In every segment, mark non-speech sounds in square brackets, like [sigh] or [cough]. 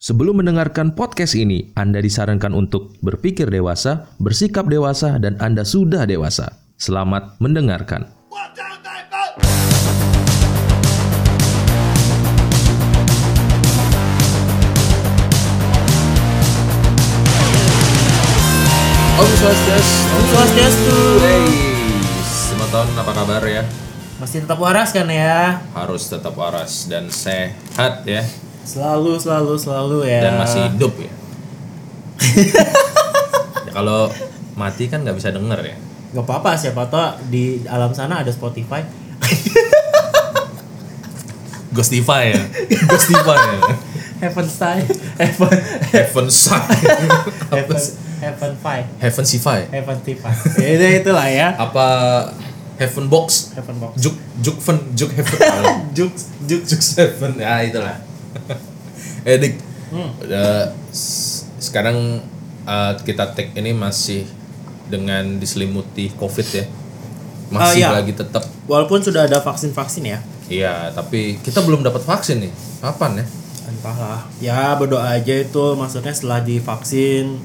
Sebelum mendengarkan podcast ini, Anda disarankan untuk berpikir dewasa, bersikap dewasa, dan Anda sudah dewasa. Selamat mendengarkan. Watch out, they vote! Om Swastiastu. Om Swastiastu. Hey, selamat tahun apa kabar ya? Masih tetap waras kan ya? Harus tetap waras dan sehat ya, Selalu, selalu, selalu ya. dan masih hidup [laughs] ya. Ya, Kalau mati kan nggak bisa denger ya. Gak apa-apa siapa tau di alam sana ada Spotify. Ghostify ya, Ghostify ya. Heaven Style, Heaven, Heaven Heaven, Heaven Heaven Five, Heaven Heaven [laughs] Tifa. Ya itu itulah ya. Apa Heaven Box? Heaven Box. Juk Juk Ven Juk Heaven [laughs] Juk Juk Juk Seven ya itulah [laughs] eh Dik Hmm. eh, s- sekarang eh, kita tag ini masih dengan diselimuti covid ya masih Ah, iya. lagi tetap Walaupun sudah ada vaksin-vaksin ya. iya tapi kita belum dapat vaksin nih kapan ya Entahlah. Ya berdoa aja itu maksudnya setelah divaksin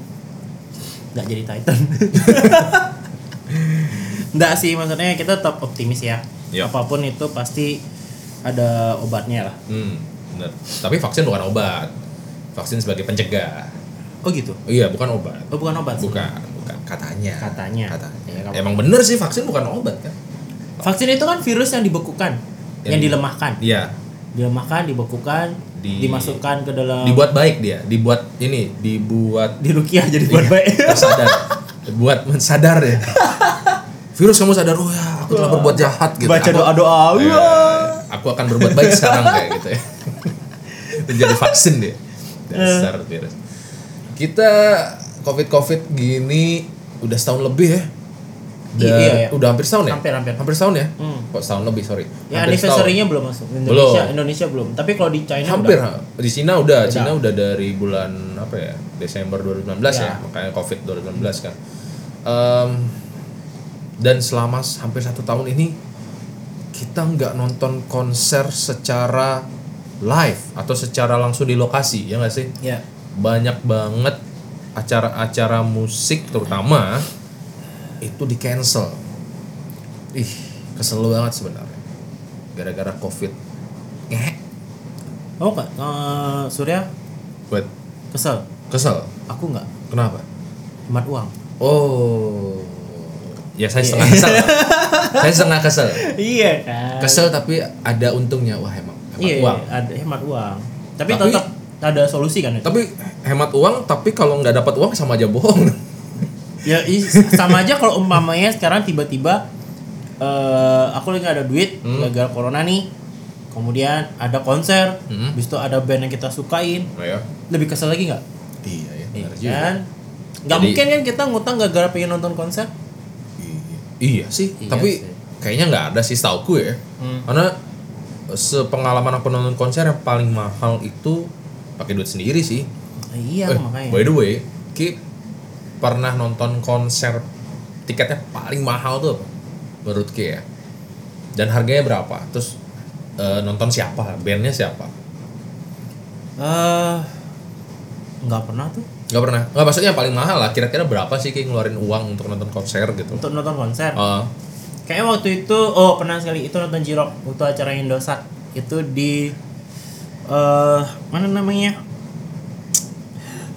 nggak jadi Titan. [laughs] Nggak sih maksudnya kita tetap optimis ya. Iya. Apapun itu pasti ada obatnya lah. hmm bener. tapi vaksin bukan obat vaksin sebagai pencegah Oh gitu. iya bukan obat Oh bukan obat. sih. bukan bukan katanya Katanya. Ya, kalau- emang bener sih vaksin bukan obat kan Vaksin itu kan virus yang dibekukan, Yang- yang dilemahkan, iya dilemahkan, dibekukan, Di- dimasukkan ke dalam dibuat baik dia dibuat ini dibuat dirukiah jadi Iya. buat baik. tersadar buat mensadar [laughs] ya virus kamu sadar oh ya aku telah berbuat jahat gitu [laughs] Baca Ya, aku, doa doa. Iya, aku akan berbuat baik sekarang kayak gitu [laughs] ya menjadi vaksin dia Iya. dasar virus kita covid covid gini udah setahun lebih ya Iya, Dan- iya, iya. udah hampir setahun ya Hampir, hampir. hampir setahun ya Hmm. kok setahun lebih sorry Ya Hampir setahun. anniversary-nya belum masuk. Indonesia Belum. Indonesia belum. Tapi kalau di China hampir udah. ha. di Cina udah. Cina udah dari bulan apa ya Desember 2019 ya, Ya. makanya COVID 2019 kan Em, dan selama s- hampir satu tahun ini kita nggak nonton konser secara live atau secara langsung di lokasi ya nggak sih Ya. banyak banget acara-acara musik terutama itu di cancel ih kesel banget sebenarnya gara-gara covid Ngehek. Oh enggak. Eh, Surya buat kesel. Kesel. Aku enggak. Kenapa? Hemat uang. Oh. Ya saya setengah [laughs] kesel. saya setengah kesel. [laughs] Iya kan. Kesel tapi ada untungnya wah emang hemat Iya, uang. ada hemat uang. Tapi, Tapi- tetap ada solusi kan itu. Tapi hemat uang tapi kalau nggak dapat uang sama aja bohong. ya i- sama aja kalau umpamanya sekarang tiba-tiba eh aku lagi nggak ada duit Hmm. gara-gara corona nih kemudian ada konser Hmm. habis itu ada band yang kita sukain Oh, ya. lebih kesel lagi nggak Iya ya. benar juga. kan nggak Jadi- mungkin kan kita ngutang gara-gara pengen nonton konser Iya. Iya sih, Iya tapi sih. kayaknya nggak ada sih setauku ya. Hmm. Karena sepengalaman aku nonton konser yang paling mahal itu pakai duit sendiri sih. Eh, iya Eh, By makanya the way, Ki pernah nonton konser tiketnya paling mahal tuh apa? menurut Ki ya. Dan harganya berapa? Terus eh, nonton siapa? Bandnya siapa? eh nggak pernah tuh Gak pernah. Gak maksudnya yang paling mahal lah. Kira-kira berapa sih Ki ngeluarin uang untuk nonton konser gitu? untuk nonton konser Eh, kayaknya waktu itu oh pernah sekali itu nonton Jirok waktu acara Indosat itu di eh mana namanya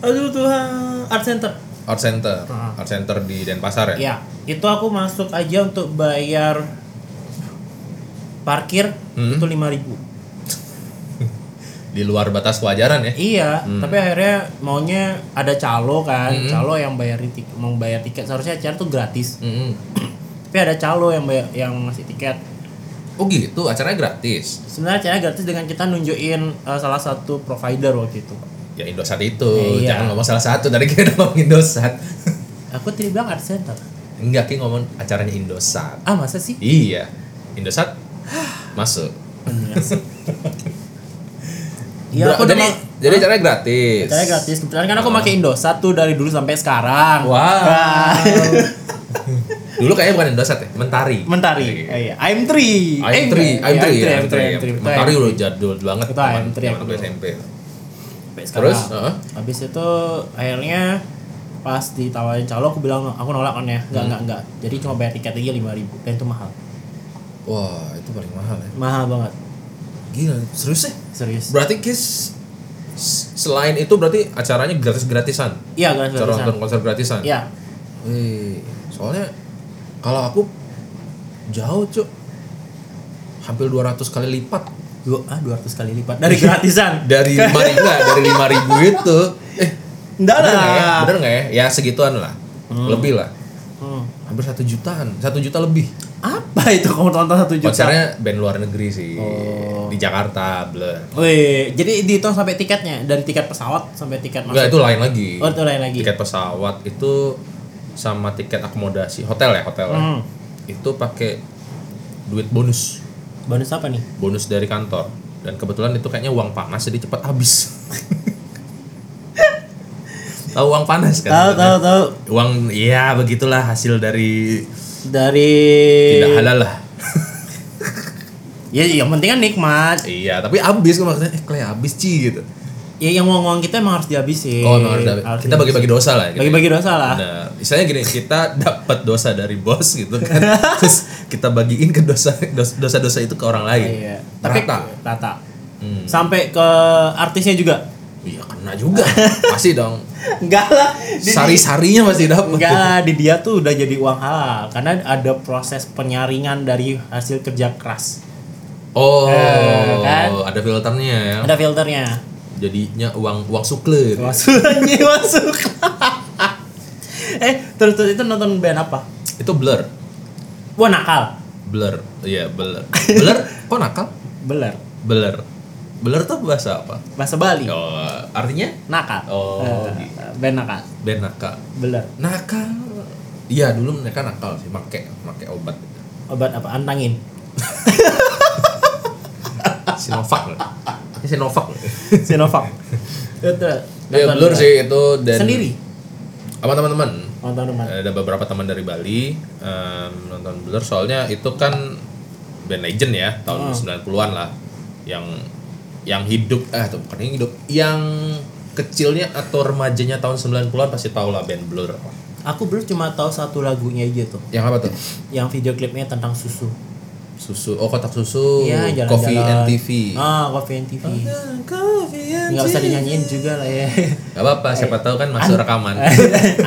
aduh Tuhan Art Center Art Center, Ah. Art Center di Denpasar ya. ya itu aku masuk aja untuk bayar parkir Hmm. itu lima ribu Di luar batas kewajaran ya. iya tapi akhirnya maunya ada calo kan Hmm. calo yang bayar tiket mau bayar tiket seharusnya acara tuh gratis Mm-mm. tapi ada calo yang bayar yang ngasih tiket Oh gitu, acaranya gratis. sebenarnya acaranya gratis dengan kita nunjukin eh, salah satu provider waktu itu Ya Indosat itu, Iya. jangan ngomong salah satu. Tadi kita udah ngomong Indosat. [laughs] Aku tidak bilang art center. Enggak, Ki ngomong acaranya Indosat. Ah masa sih? Iya, Indosat masuk. [laughs] Iya aku Bra- udah jadi mau- jadi acaranya gratis. Saya gratis kebetulan kan aku pakai Indosat tuh dari dulu sampai sekarang. Wow. Wah. [laughs] Dulu kayaknya bukan Indosat ya, Mentari. Mentari. Iya. Eh, Iya. I'm three. I'm Eh, three, ya, enggak, I'm three, iya, I'm three, I'm three. betul, Mentari I'm udah three. jadul banget Betul, I'm zaman three, zaman aku aku dulu. SMP. Tapi sampai sekarang. Terus? Uh-huh. Heeh. Habis itu akhirnya pas ditawarin calo aku bilang aku nolak kan ya. Hmm. Enggak enggak enggak. Jadi cuma bayar tiket aja 5000 dan itu mahal. Wah, itu paling mahal ya. Mahal banget. Gila, serius ya? Serius. Berarti Kiss s- selain itu berarti acaranya gratis-gratisan. Iya, gratis Acara gratisan. nonton konser gratisan. Iya. Wih, soalnya kalau aku jauh, Cuk. Hampir 200 kali lipat Dua, ah, 200 kali lipat dari gratisan. [laughs] dari 5 ribu, dari 5000 itu. Eh, Enggak bener nggak ya? lah. Bener nggak ya? Ya segituan lah. Lebih lah. Hmm. Hampir satu jutaan, satu juta lebih. Apa itu kamu tonton satu juta? Oh. Konsernya band luar negeri sih di Jakarta, Blur. Wih, jadi dihitung sampai tiketnya dari tiket pesawat sampai tiket masuk. Enggak itu lain lagi. Oh, itu lain lagi. Tiket pesawat itu sama tiket akomodasi hotel ya hotel. ya. Hmm. Itu pakai duit bonus, Bonus apa nih? bonus dari kantor. Dan kebetulan itu kayaknya uang panas jadi cepat habis. [laughs] Tahu uang panas kan? Tahu tahu tahu Uang ya begitulah hasil dari dari Iya. tidak halal lah. Ya yang penting kan nikmat. iya, tapi habis kan maksudnya eh Clay habis Ci gitu. Ya yang uang-uang kita emang harus dihabisin. Oh, emang harus dapat. Kita bagi-bagi dosa lah gitu. Iya, bagi-bagi dosa lah. Nah, misalnya gini, kita dapat dosa dari bos gitu [laughs] kan. Terus kita bagiin ke dosa dos- dosa-dosa itu ke orang lain. Iya. Tapi Rata. tata. Hmm. Sampai ke artisnya juga. Iya, kena juga. Pasti dong. [laughs] Enggak lah. Di- Sari-sarinya masih dapat. Enggak lah, di dia tuh udah jadi uang halal karena ada proses penyaringan dari hasil kerja keras. Oh, Eh, kan? ada filternya ya. Ada filternya. Jadinya uang uang sukle. Masuk anjing, [laughs] masuk. eh, terus terus itu nonton band apa? Itu blur. Wah nakal. Blur. Iya, blur. [laughs] Blur kok nakal? Beler. Blur. Blur tuh bahasa apa? Bahasa Bali. Oh, artinya Nakal. Oh, Eh, band nakal. band nakal. Beler. Nakal. Iya, dulu mereka nakal sih, make make [laughs] obat. Obat apa? Antangin. [laughs] Sinovac lah. Ini [laughs] Sinovac. Sinovac. itu. Ya nonton blur Beler. sih itu dan Sendiri. Apa teman-teman? Nonton teman. Ada beberapa teman dari Bali em, nonton blur soalnya itu kan band legend ya tahun 90-an lah yang yang hidup eh tuh bukan yang hidup yang kecilnya atau remajanya tahun 90-an pasti tau lah band blur. Aku belum cuma tahu satu lagunya aja tuh. Yang apa tuh? Yang video klipnya tentang susu. Susu, oh kotak susu, Iya, jalan-jalan. Coffee and TV. Ah, Coffee and TV. Oh, iya. Nggak usah dinyanyiin juga lah ya. [laughs] Gak apa-apa, siapa Eh. tahu kan masuk rekaman.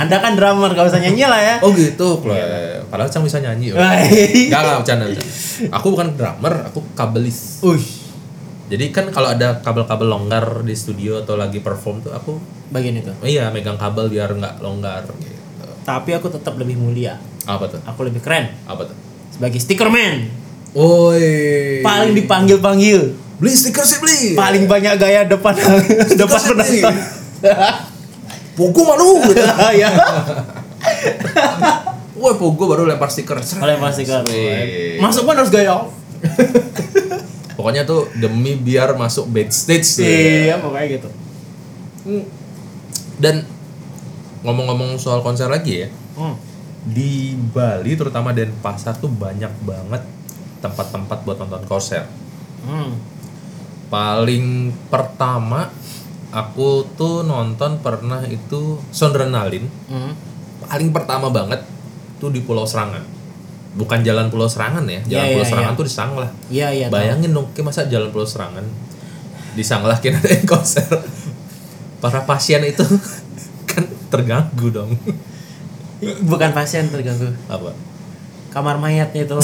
Anda kan drummer, nggak usah nyanyi lah ya. Oh gitu, Chloe. Padahal Cang bisa nyanyi. Eh. Om. [laughs] Wih. Enggak enggak bercanda, bercanda. Aku bukan drummer, aku kabelis. Ush, Jadi kan kalau ada kabel-kabel longgar di studio atau lagi perform tuh aku bagian itu. oh iya megang kabel biar nggak longgar gitu. Tapi aku tetap lebih mulia. Apa tuh? Aku lebih keren Apa tuh? sebagai sticker man. Woi. Paling dipanggil-panggil. beli stiker sih beli. Paling banyak gaya depan depan [laughs] penonton. Pogo malu gitu. ya. Woi, Pogo baru lempar stiker. Seret. Oleh pasti kan. Wih. Masuk pun harus gaya. Pokoknya tuh demi biar masuk backstage tuh. Iya, pokoknya gitu. Hmm. Dan ngomong-ngomong soal konser lagi ya. Hmm. di Bali terutama Denpasar tuh banyak banget tempat-tempat buat nonton konser. Hmm. Paling pertama aku tuh nonton pernah itu Sondrenalin. Hmm. Paling pertama banget tuh di Pulau Serangan. Bukan jalan Pulau Serangan ya, jalan Iya, Pulau iya, Serangan tuh di Sanglah. Iya, iya. tahu. Bayangin dong, kayak masa jalan Pulau Serangan di Sanglah kira ada yang konser. Para pasien itu [laughs] kan terganggu dong. Bukan pasien terganggu. Apa? Kamar mayatnya itu.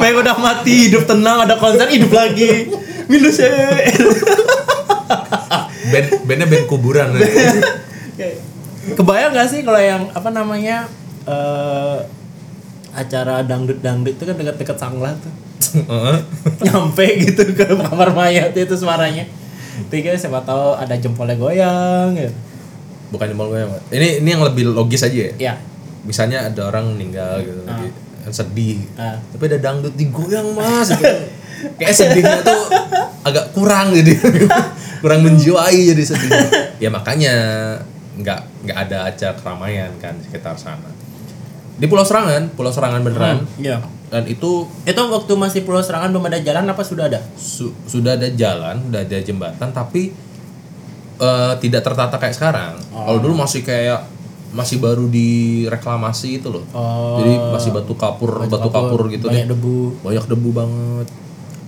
Baik udah mati, hidup tenang, ada konser, hidup lagi. Minus ya. Band bandnya band kuburan. Kebayang gak sih kalau yang apa namanya eh acara dangdut-dangdut itu kan dekat-dekat sanglah tuh. [laughs] Heeh. nyampe gitu ke kamar mayat itu suaranya tiga siapa tahu ada jempolnya goyang gitu. bukan di mall gue Mat. ini ini yang lebih logis aja ya ya misalnya ada orang meninggal gitu lagi kan sedih Ah. tapi ada dangdut digoyang mas gitu. kayak sedihnya tuh agak kurang jadi [laughs] kurang menjiwai jadi sedih ya makanya nggak nggak ada acara keramaian kan di sekitar sana di Pulau Serangan Pulau Serangan beneran ya dan itu itu waktu masih pulau serangan belum ada jalan apa sudah ada su- sudah ada jalan sudah ada jembatan tapi eh, tidak tertata kayak sekarang. Kalau dulu masih kayak masih baru direklamasi itu loh. Oh. Jadi masih batu kapur, batu, kapur, gitu banyak deh. debu. Banyak debu banget.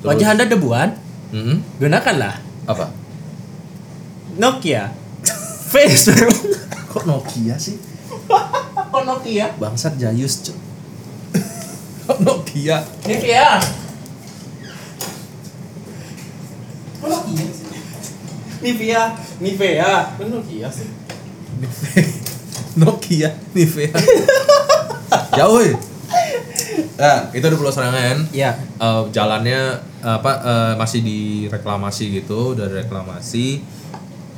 Terus- Wajah Anda debuan? Mm-mm. Gunakanlah Apa? Nokia. [laughs] [laughs] Facebook. Kok Nokia sih? oh Nokia. Bangsat Jayus, cuy. Kok Nokia? Nokia. Oh, iya. Nivea, Nivea, kan Nokia sih. [laughs] Nokia [laughs] Nivea. Jauh. ya? Nah, itu ada Pulau Serangan. Iya. Eh, jalannya apa eh, masih direklamasi gitu, udah reklamasi.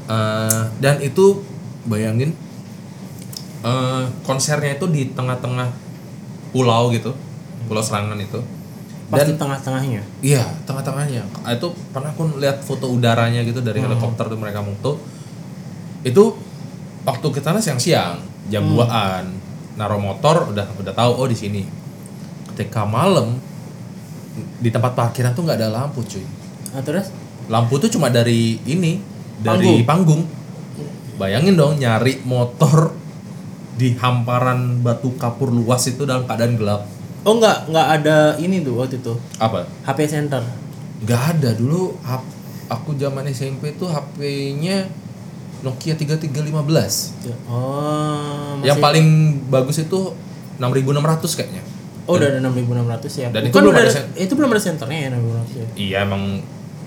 Eh, dan itu bayangin eh, konsernya itu di tengah-tengah pulau gitu. Pulau Serangan itu. Pas di tengah-tengahnya. Iya, tengah-tengahnya. Ah, Itu pernah aku lihat foto udaranya gitu dari helikopter tuh mereka mutu. Itu waktu ke sana siang-siang, jam 2-an. Naro motor udah udah tahu oh di sini. Ketika malam di tempat parkiran tuh nggak ada lampu, cuy. Nah, terus Lampu tuh cuma dari ini, dari panggung. Bayangin dong nyari motor di hamparan batu kapur luas itu dalam keadaan gelap. Oh nggak nggak ada ini tuh waktu itu Apa? HP Center. nggak ada dulu hap- aku zaman SMP tuh HP-nya Nokia 3315 Oh. yang paling bagus itu 6600 kayaknya Oh udah ada 6600 ya. Dan itu Bukan belum udah ada ada- itu belum ada senternya ya 6600 ya. iya emang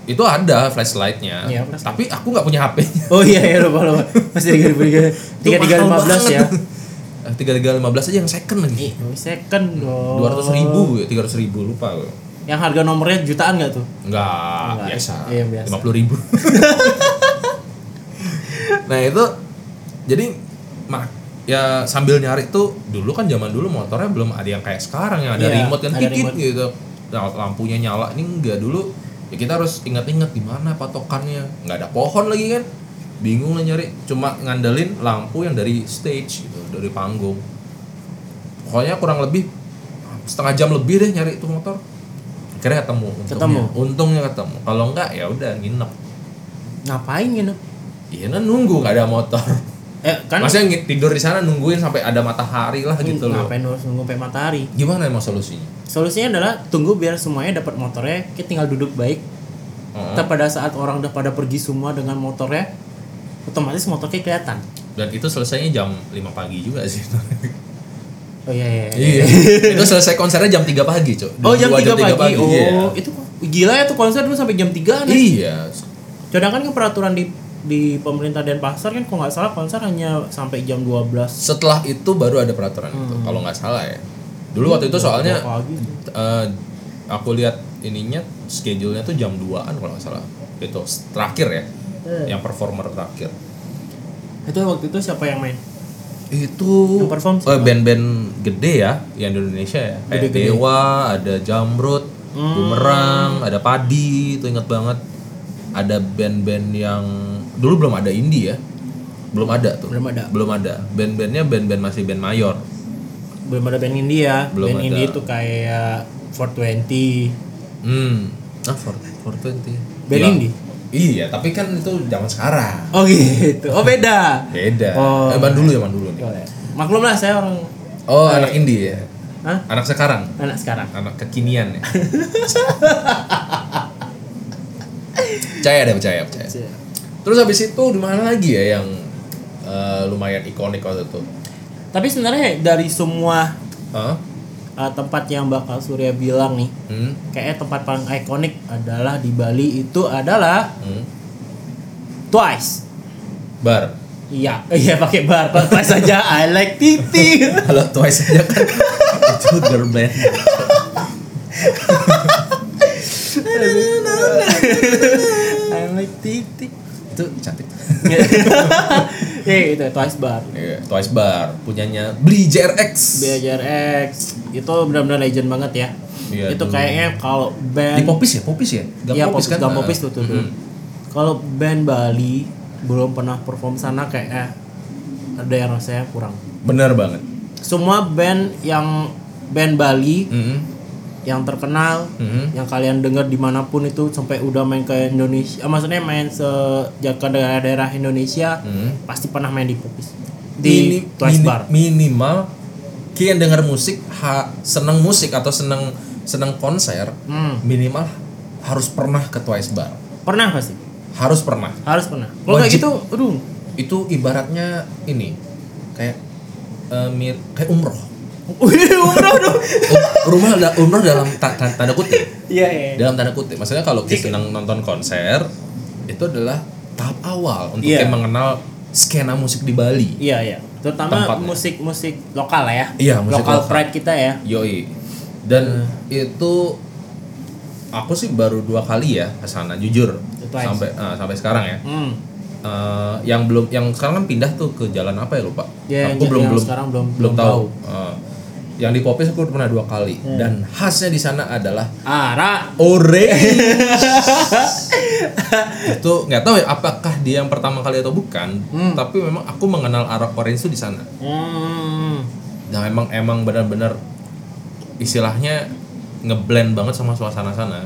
itu ada flashlightnya Iya, flashlight. tapi aku nggak punya HP-nya Oh iya ya lupa lupa. Masih 3315 3315 ya. Eh, 3315 aja yang second lagi Ih, second dong. dua ratus ribu ya tiga ribu lupa gue Yang harga nomornya jutaan nggak tuh? Enggak, Nggak, biasa. iya, biasa. lima puluh [laughs] ribu. nah itu jadi mak ya sambil nyari tuh dulu kan zaman dulu motornya belum ada yang kayak sekarang yang ada Iya, remote kan ada dikit remote. gitu. Nah, lampunya nyala ini enggak dulu ya kita harus ingat-ingat di mana patokannya. Nggak ada pohon lagi kan. Bingung lah nyari cuma ngandelin lampu yang dari stage gitu, dari panggung. Pokoknya kurang lebih setengah jam lebih deh nyari itu motor. Akhirnya ketemu untungnya. Ketemu? Untungnya ketemu. Kalau enggak ya udah nginep. Ngapain gitu? Iya nah nunggu nggak ada motor. Eh kan Hmm, Maksudnya ngi- tidur di sana nungguin sampai ada matahari lah gitu loh. ngapain harus nunggu sampai matahari? Gimana emang solusinya? Solusinya adalah tunggu biar semuanya dapat motornya, kita tinggal duduk baik. Heeh. Kita pada saat orang udah pada pergi semua dengan motornya, otomatis motornya kelihatan. Dan itu selesainya jam 5 pagi juga [laughs] sih. Oh iya iya. iya. Iya. itu selesai konsernya jam 3 pagi, Cuk. Oh jam 3 Dua- pagi. Oh, Iya. itu gila ya tuh konser dulu sampai jam 3 nih. Iya. Sedangkan kan peraturan di di pemerintah Denpasar kan kalau nggak salah konser hanya sampai jam 12 Setelah itu baru ada peraturan itu Hmm. kalau nggak salah ya. Dulu waktu itu soalnya pagi. eh, aku lihat ininya schedule-nya tuh jam 2-an kalau nggak salah. Itu terakhir ya. Eh. Yang performer terakhir. Itu waktu itu siapa yang main? Itu Yang perform eh, band-band gede ya yang di Indonesia ya. Kayak Gede-gede. Hmm. Dewa, ada Jamrut, Bumerang, ada Padi, itu inget banget. Ada band-band yang dulu belum ada indie ya. Belum ada tuh. Belum ada. Belum ada. Band-bandnya band-band masih band mayor. Belum ada band India. Belum band ada. India itu kayak 420. Hmm. Ah, for, for 20. Band Iya. indie? Iya, tapi kan itu zaman sekarang. Oh gitu. Oh beda. Beda. Oh. Eh, Zaman dulu, zaman dulu nih. Maklum lah saya orang Oh, anak indie ya. Hah? Anak sekarang. anak sekarang. anak kekinian [laughs] ya percaya deh percaya percaya terus habis itu di mana lagi ya yang eh, lumayan ikonik waktu itu Tapi sebenarnya dari semua Hah? uh, tempat yang bakal Surya bilang nih, hmm? kayaknya tempat paling ikonik adalah di Bali itu adalah Hmm? Twice. bar Iya, [laughs] iya pakai bar Kalau Twice aja. I like titi. kalau twice aja kan [laughs] itu girl band I like titi. [laughs] itu [laughs] cantik Ya gitu, Twice bar. Iya, twice bar punyanya beli JRX BJRX itu benar-benar legend banget ya. Iya, itu dulu. kayaknya kalau di band popis ya popis Mm-hmm. ya Gang ya popis, Mm-hmm. Gang popis tuh tuh. tuh. Mm-mm. Kalau band Bali belum pernah perform sana kayaknya ada yang rasanya kurang. bener banget Semua band yang band Bali Mm-hmm. Mm-mm. yang terkenal Mhm. yang kalian dengar dimanapun itu sampai udah main ke Indonesia eh, maksudnya main se ke daerah-daerah Indonesia Hmm. pasti pernah main di popis di Twice mini- Bar minimal ki yang denger musik ha, seneng musik atau seneng seneng konser Hmm. minimal harus pernah ke Twice Bar pernah pasti harus pernah harus pernah kalau kayak Wajib. gitu aduh [laughs] itu ibaratnya ini kayak eh, mir kayak umroh Wih, umroh dong Um- rumah ada umroh dalam ta- ta- tanda kutip iya iya dalam tanda kutip maksudnya kalau kita senang nonton konser itu adalah tahap awal untuk Iya. kayak mengenal skena musik di Bali iya iya terutama Tempatnya. musik-musik lokal lah ya ya. Iya, musik lokal lokal. pride kita ya Yoi. Hmm. Dan itu aku sih baru dua kali ya ke sana jujur Twice. sampai eh, sampai sekarang ya. hmm Eh, yang belum yang sekarang kan pindah tuh ke jalan apa ya lupa. Ya, aku yang- belum yang belum sekarang belum- belum belum tahu. Eh, yang di Popis aku pernah dua kali Hmm. dan khasnya di sana adalah ah Ra orange. [laughs] itu nggak tahu ya apakah dia yang pertama kali atau bukan, tapi memang aku mengenal arah orange itu di sana. hmm Nah emang emang benar-benar istilahnya ngeblend banget sama suasana sana.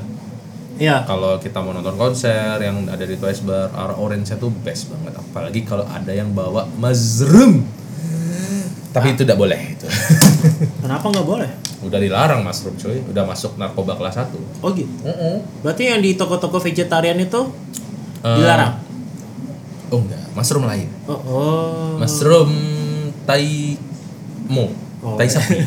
iya Kalau kita mau nonton konser yang ada di Twice Bar, arah orange itu best banget. Apalagi kalau ada yang bawa mushroom. Tapi itu tidak boleh itu. [laughs] kenapa nggak boleh Udah dilarang mushroom cuy, udah masuk narkoba kelas 1. oh gitu berarti yang di toko-toko vegetarian itu Eh, dilarang Oh enggak, mushroom lain. oh, oh. Mushroom tai mo, Oh. tai [laughs] sapi.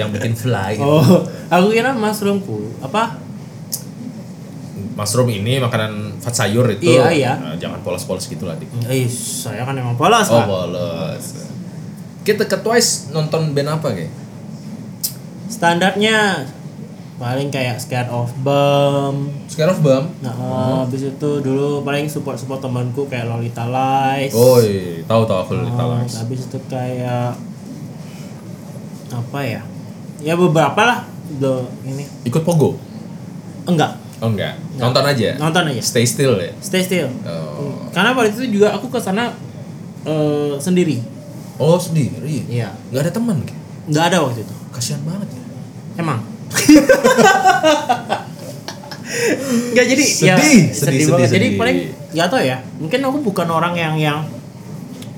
yang bikin fly. gitu. Oh, aku kira mushroomku apa? Mushroom ini makanan fat sayur itu. Iya, iya. eh, jangan polos-polos gitu lah, Dik. Eh, saya kan emang polos, Oh, Pak. polos. Kita ke Twice nonton band apa, kayak? Standarnya paling kayak Scared of Bomb. Scare of Bam. Nah, Hmm. habis itu dulu paling support-support temanku kayak Lolita Lies. Oh, iya, tahu tahu aku Lolita Oh, Lies. Habis itu kayak apa ya? Ya beberapa lah. Do ini. Ikut Pogo? Enggak, Oh, enggak. Nonton aja. nonton iya. aja. Stay still ya. Stay still. Oh, Karena waktu itu juga aku ke sana eh, sendiri. oh sendiri. Iya. Enggak ada teman, kayak. Enggak ada waktu itu. Kasihan banget ya. Emang. [laughs] Gak jadi ya, Sedih, sedih, sedih, banget. sedih, jadi sedih. paling nggak tau ya. Mungkin aku bukan orang yang yang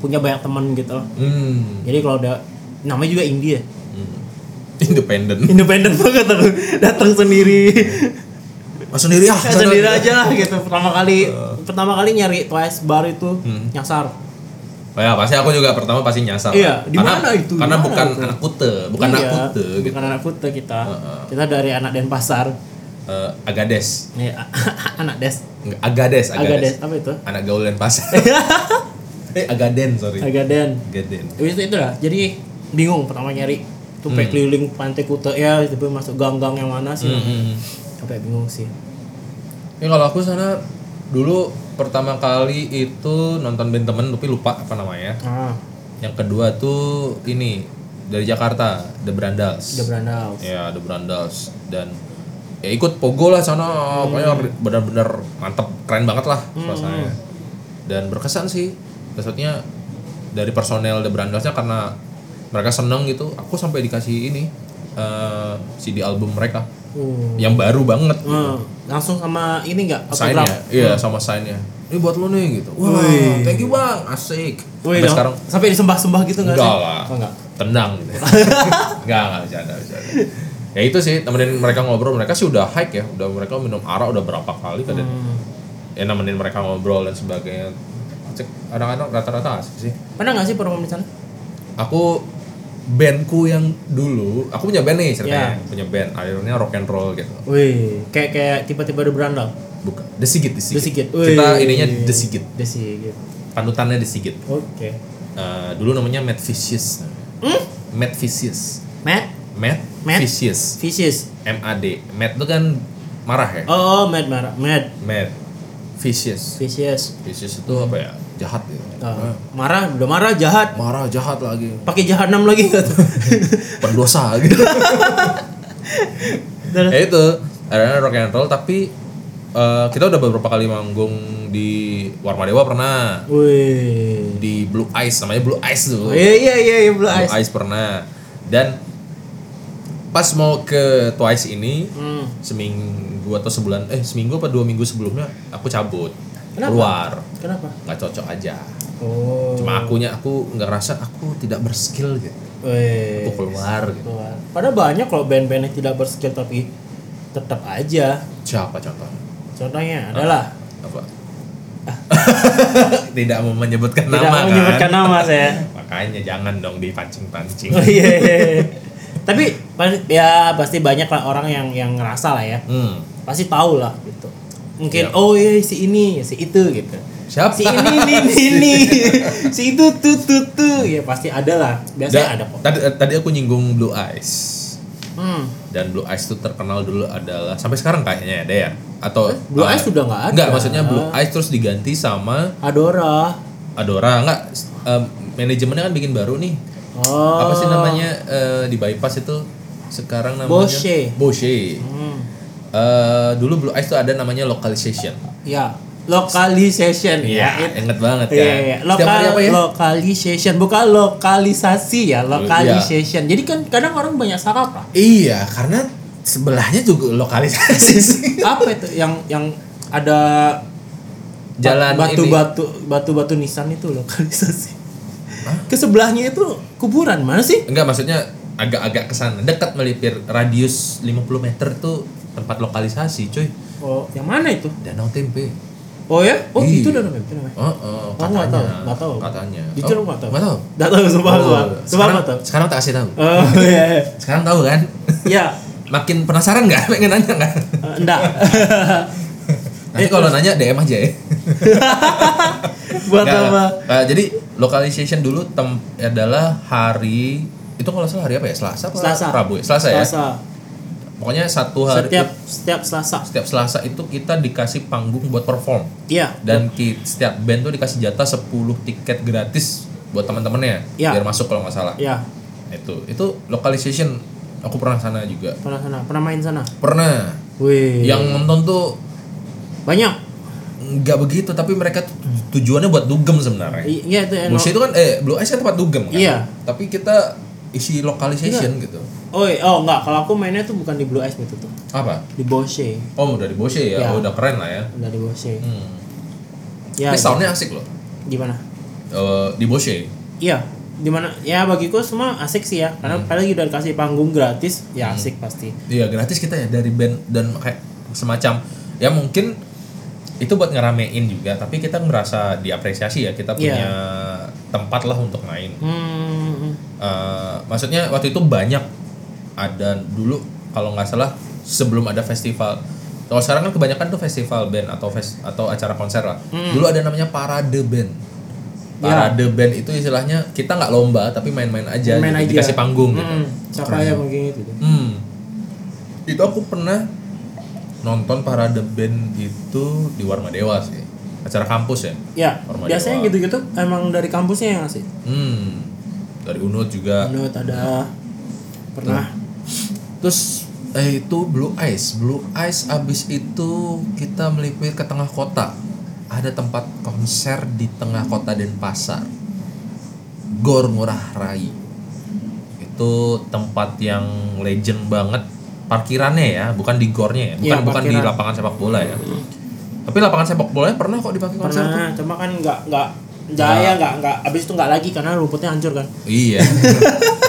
punya banyak teman gitu. Hmm. Jadi kalau udah namanya juga India, Iya. hmm. Independen. independen banget aku datang sendiri, Mas sendiri ah. Kayak sana. sendiri aja lah gitu. Pertama kali, pertama kali nyari Twice bar itu nyasar. Oh ya, pasti aku juga pertama pasti nyasar. Iya, di Karena- mana itu? Di Karena mana bukan itu? anak kute, bukan anak Iya, kute gitu. bukan anak Kute kita. Heeh. Kita dari anak Denpasar. Eh, Agades. Nih, [laughs] anak Des. Enggak, Agades, Agak Agades. Des apa [laughs] itu? Anak gaulan pasar. eh, Agaden, sorry. Agak Den. Agaden. Habis itu itu lah, jadi bingung pertama nyari tuh kayak keliling pantai Kuta ya, tapi masuk gang-gang yang mana sih? Hmm. Sampai bingung sih. Ya kalau aku sana dulu pertama kali itu nonton band temen tapi lupa apa namanya. Ah, Yang kedua tuh ini dari Jakarta, The Brandals. udah berandal. Ya, The Brandals dan ya ikut pogo lah sana Hmm. pokoknya benar-benar mantep keren banget lah suasananya dan berkesan sih maksudnya dari personel The Brandalsnya karena mereka seneng gitu aku sampai dikasih ini eh, CD album mereka Uh. yang baru banget Hmm, langsung sama ini enggak? sign iya Hmm. sama sign-nya ini buat lu nih gitu wah thank you bang asik sampai Wih, dong. sekarang sampai disembah-sembah gitu enggak sih? enggak lah Oh, enggak. tenang [laughs] gitu enggak enggak bercanda bercanda ya itu sih temenin mereka ngobrol mereka sih udah hike ya udah mereka minum arak udah berapa kali kan Hmm. dan- ya nemenin mereka ngobrol dan sebagainya cek anak-anak rata-rata asik sih Pernah enggak sih perform di sana? aku bandku yang dulu aku punya band nih Ya. ceritanya punya band akhirnya rock and roll gitu Wih, kayak kayak tiba-tiba udah berandal. bukan the sigit the sigit, The Sigit. kita Wih. ininya the sigit Desi gitu. panutannya the sigit Oke. Eh, dulu namanya Mad Vicious Hmm? Mad Vicious Matt Mad, Mad? Vicious Fishes. MAD. Mad itu kan marah ya. Oh, oh Matt marah. Matt Mad. Vicious. Fishes. Vicious itu apa ya? Jahat gitu. Oh. Hmm. marah, udah marah jahat. Marah jahat lagi. pakai jahanam lagi [laughs] nggak tuh? Pendosa [laughs] gitu. Terus? ya itu. Arena rock and roll tapi eh, kita udah beberapa kali manggung di Warmadewa pernah. Wih. Di Blue Ice namanya Blue Ice tuh. Oh, iya iya iya iya Blue Blue Eyes. Ice pernah. Dan pas mau ke Twice ini Hmm. seminggu atau sebulan eh seminggu apa dua minggu sebelumnya aku cabut Kenapa? keluar Kenapa? nggak cocok aja Oh. cuma akunya aku nggak ngerasa aku tidak berskill gitu Weh. aku keluar gitu Keluar. Padahal banyak loh band-band yang tidak berskill tapi tetap aja. siapa contoh Contohnya adalah [laughs] apa tidak mau menyebutkan tidak nama mau menyebutkan kan nama saya. makanya jangan dong dipancing-pancing [laughs] Oh, iya, iya, iya. tapi pa- ya pasti banyak lah orang yang yang ngerasa lah ya. hmm. Pasti tahu lah gitu. Mungkin Iya. oh iya si ini, si itu gitu. siapa Si ini, ini, ini, ini. [laughs] si itu, tu, tu, tu. Ya pasti ada lah. Biasanya Da- ada kok. tadi tadi aku nyinggung Blue Eyes Hmm. dan Blue Eyes itu terkenal dulu adalah sampai sekarang kayaknya ya deh ya atau Eh, Blue ah, Eyes sudah nggak ada. Ah. Enggak, maksudnya Blue Eyes terus diganti sama Adora. Adora enggak s- em, manajemennya kan bikin baru nih Oh. apa sih namanya eh, di bypass itu sekarang namanya Boshe. Boshe. Hmm. Eh, dulu Blue Eyes tuh ada namanya localization. Ya, localization ya. It- inget banget kan. Iya, iya. Setiap hari Lokal, apa ya? localization, bukan lokalisasi ya, localization. Jadi kan kadang orang banyak salah apa? iya, karena sebelahnya juga lokalisasi [laughs] sih. Apa itu yang yang ada Jalan ini. batu-batu batu-batu nisan itu lokalisasi. Ke sebelahnya itu kuburan mana sih? Enggak, maksudnya agak-agak kesana dekat melipir radius 50 meter tuh tempat lokalisasi, cuy. Oh, yang mana itu? Danau Tempe. Oh ya? Oh, Iya. itu danau Mempe namanya. Oh, oh, Aku nggak tahu, nggak tahu. Katanya. Jujur Oh, aku nggak tahu. Nggak tahu. Nggak tahu sumpah, Oh, sumpah. Sumpah sekarang, nggak tahu. sekarang tak kasih tahu. Oh [laughs] iya. iya. Sekarang tahu kan? Ya, Makin penasaran nggak? [laughs] Pengen nanya nggak? eh, enggak. Iya. Nanti kalau nanya DM aja [laughs] ya. Buat Nggak, apa? eh, jadi localization dulu tem adalah hari itu kalau nggak salah hari apa ya? Selasa apa? Selasa. Rabu ya? Selasa, ya. Selasa. Pokoknya satu hari Setiap setiap Selasa. setiap Selasa itu kita dikasih panggung buat perform Iya. dan ki- setiap band tuh dikasih jatah 10 tiket gratis buat teman-temannya Ya. biar masuk kalau nggak salah. Iya, Itu itu localization aku pernah sana juga. pernah sana, pernah main sana. Pernah. Wih. Yang nonton tuh banyak. nggak begitu tapi mereka tuh tujuannya buat dugem sebenarnya. I- Iya itu yang Musik itu kan eh Blue Eyes kan tempat dugem kan. Iya. Tapi kita isi localization gitu. Oh, iya. oh enggak, kalau aku mainnya tuh bukan di Blue Eyes itu tuh. Apa? Di Boshe. Oh udah di Bose ya. Iya. Oh, udah keren lah ya. Udah di Boshe. Hmm. Ya. Tapi soundnya asik loh. Gimana? Eh, di Bose. Iya, dimana ya bagiku semua asik sih ya. Karena Hmm. apalagi udah dikasih panggung gratis, ya asik pasti. Iya gratis kita ya dari band dan kayak semacam ya mungkin itu buat ngeramein juga tapi kita merasa diapresiasi ya kita Iya. punya tempat lah untuk main. Hmm. Eh, maksudnya waktu itu banyak ada dulu kalau nggak salah sebelum ada festival kalau sekarang kan kebanyakan tuh festival band atau fes- atau acara konser lah dulu ada namanya parade band parade band itu istilahnya kita nggak lomba tapi main-main aja Main gitu, aja. dikasih panggung gitu Hmm. Siapa ya mungkin itu? tuh? hmm. itu aku pernah nonton parade band itu di Warma Dewa sih acara kampus ya Ya, Ormadewa. biasanya gitu-gitu emang dari kampusnya yang ngasih. hmm. dari Unut juga Menurut Nah. ada pernah Terus eh itu Blue Eyes. Blue Eyes abis itu kita melipir ke tengah kota. Ada tempat konser di tengah kota Denpasar. Gor Ngurah Rai. Itu tempat yang legend banget. Parkirannya ya, bukan di gornya ya. Bukan Iya, bukan di parkiran. Hmm. lapangan sepak bola ya. Tapi lapangan sepak bolanya pernah kok dipakai konser tuh. pernah cuma kan nggak nggak jaya nggak nggak abis itu nggak lagi karena rumputnya hancur kan [laughs] Iya.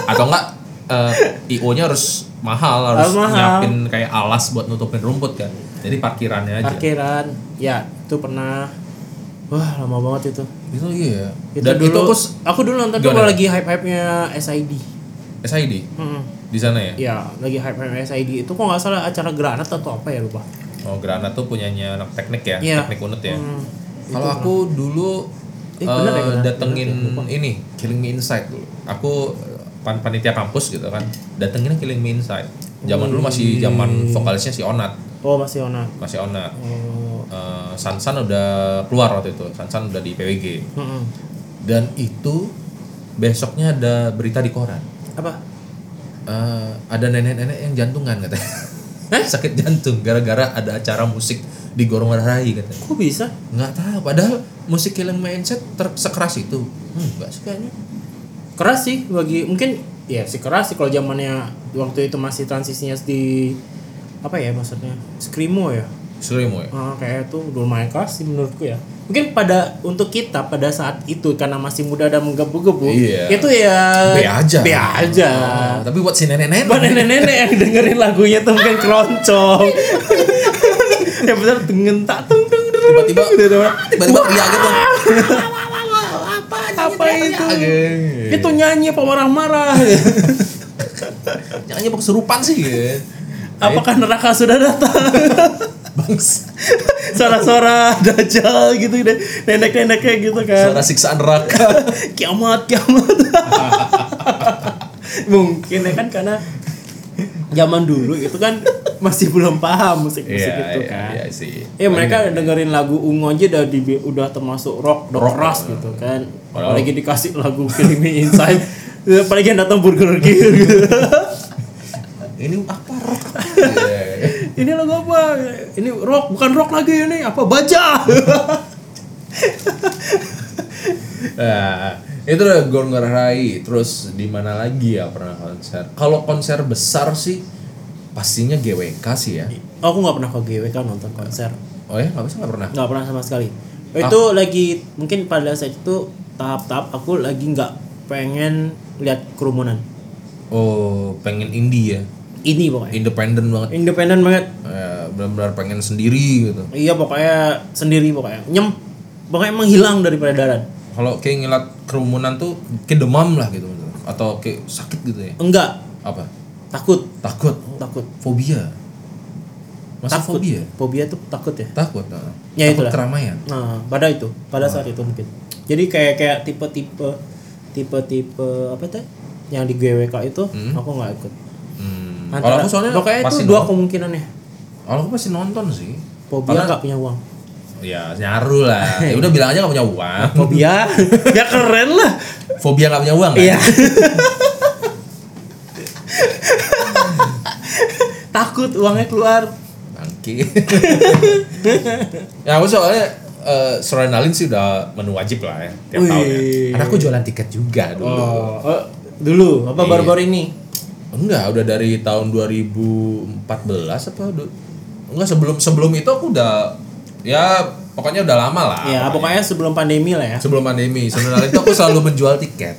Atau enggak eh, IO-nya harus mahal, harus Harus mahal. nyiapin kayak alas buat nutupin rumput kan. Jadi parkirannya aja. parkiran ya itu pernah wah lama banget itu Itu iya. itu Dan dulu itu aku s- aku dulu nonton tuh Gimana? kalau lagi hype hype nya SID SID Mm-mm. di sana ya. ya lagi hype hype SID itu kok nggak salah acara granat atau apa ya lupa Oh, Grana tuh punyanya anak teknik ya, Iya. teknik unit ya. Hmm. Kalau aku dulu Eh, bener ya, eh, bener. datengin ini Killing Me Inside dulu. Aku eh, pan panitia kampus gitu kan. Datengin Killing Me Inside. Zaman dulu masih zaman vokalisnya si Onat, oh masih ona masih Onat. oh Eh, Sansan udah keluar waktu itu. Sansan udah di PWG. Mm-mm. Dan itu besoknya ada berita di koran. apa Eh, ada nenek-nenek yang jantungan katanya. [laughs] Eh, Sakit jantung gara-gara ada acara musik di Gorong Rai katanya. kok bisa Nggak tahu padahal musik Killing Mindset ter sekeras itu. Hmm, enggak sih kayaknya. keras sih bagi mungkin ya sekeras sih kalau zamannya waktu itu masih transisinya di apa ya maksudnya skrimo ya Surimu ya? Ah, kayak itu lumayan keras sih menurutku ya mungkin pada untuk kita pada saat itu karena masih muda dan menggebu-gebu Iya. itu ya B aja. B aja Ah, tapi buat si nenek-nenek. Buat nenek-nenek yang dengerin lagunya tuh mungkin keroncong ya benar tengen tak tung tung tung, tung, Tiba-tiba- Ah, tung, tung, tung. Tiba-tiba teriak gitu. apa apa itu Oke. itu nyanyi apa marah-marah Jangan nyebok serupan sih. gitu. Nah, apakah neraka sudah [laughs] datang Eh, Bangsa. suara-suara dajal gitu deh nenek-neneknya gitu kan Suara siksaan neraka. [laughs] kiamat kiamat [laughs] mungkin ya kan karena zaman dulu itu kan masih belum paham musik musik itu kan iya sih. Ya mereka dengerin lagu ungu aja udah di- udah termasuk rock, udah Rock, keras ya. gitu kan. Padahal- Apalagi dikasih lagu Killing Me Inside. Ya, Apalagi yang datang Burger King [laughs] gitu. Ini apa rock? [laughs] Iya. ini lagu apa? Ini rock, bukan rock lagi ini apa baja. [laughs] Nah, itu udah Gor Rai. Terus di mana lagi ya pernah konser? Kalau konser besar sih pastinya GWK sih ya. Aku nggak pernah ke GWK nonton konser. Oh ya, nggak bisa nggak pernah. nggak pernah sama sekali Ah. itu lagi mungkin pada saat itu tahap-tahap aku lagi nggak pengen lihat kerumunan Oh, pengen indie ya. ini pokoknya Independen banget. independen banget Eh, benar-benar pengen sendiri gitu. iya pokoknya sendiri pokoknya nyem pokoknya menghilang dari peredaran Kalau kayak ngeliat kerumunan tuh kayak demam lah gitu atau kayak sakit gitu ya. enggak Apa? takut Takut. takut Fobia. Masa Takut. fobia? fobia tuh takut ya Takut. nah. Ya, Takut itulah. keramaian. nah pada itu Ah. pada saat itu mungkin jadi kayak kayak tipe-tipe tipe-tipe apa teh yang di GWK itu aku nggak ikut Hmm. Kalau Antara- aku soalnya pokoknya itu pasti dua kemungkinannya Kalau aku pasti nonton sih. fobia nggak punya uang Ya nyaru lah. Ya udah bilang aja gak punya uang. [laughs] fobia ya keren lah Fobia gak punya uang kan? iya [laughs] takut uangnya keluar Bangki. [laughs] ya aku soalnya eh Serenalin sih udah menu wajib lah ya tiap tahun ya. Wih. Karena aku jualan tiket juga dulu. oh, oh, dulu apa Iya. baru-baru ini Enggak, udah dari tahun 2014 apa du- enggak sebelum sebelum itu aku udah ya pokoknya udah lama lah. ya pokoknya sebelum pandemi lah ya Sebelum pandemi, sebenarnya itu aku selalu menjual tiket.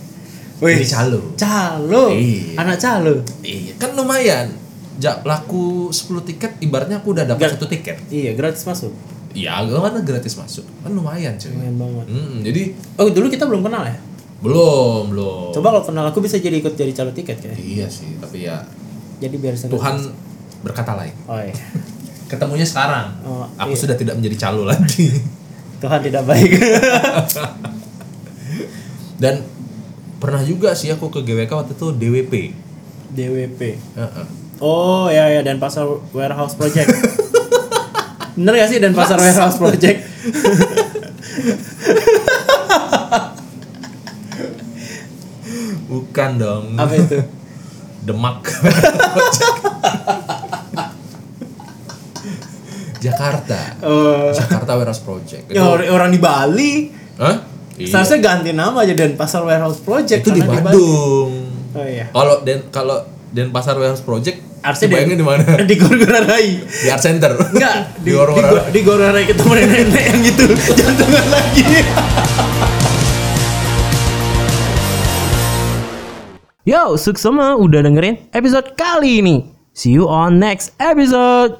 Wih. Jadi calo. calo Iya. anak calo Iya, kan lumayan. Ja, laku 10 tiket ibaratnya aku udah dapat satu tiket. iya gratis masuk Iya, gak kan gratis masuk. Kan lumayan, cuy. keren banget Mm, jadi oh dulu kita belum kenal ya belum, belum. coba kalau kenal aku bisa jadi ikut jadi calo tiket kayaknya Iya sih, tapi ya jadi biar seru. Tuhan berkata lain. oh iya Ketemunya sekarang. Oh, aku sudah tidak menjadi calo lagi. Tuhan tidak baik [laughs] Dan pernah juga sih aku ke GWK waktu itu DWP. DWP Heeh. Oh ya ya dan pasar warehouse project. Bener gak sih dan pasar warehouse project? Hmm. Bukan dong. Apa itu? Demak. [laughs] Jakarta. Eh, Jakarta Warehouse Project. Itu, ya, or- orang di Bali. Hah? Iya. Seharusnya ganti nama aja dan pasar warehouse project. Eh, itu di karena Bandung. Bali. Oh iya. Kalau dan kalau Denpasar Warehouse Project, Harusnya bayangin di mana? [laughs] Di Gorgorai. Di Art Center. ya? Enggak, di di di, Gorgora. Gor- di Gorgorai ketemu nenek-nenek yang [laughs] gitu jantungan lagi. Yo, suksema udah dengerin episode kali ini. See you on next episode.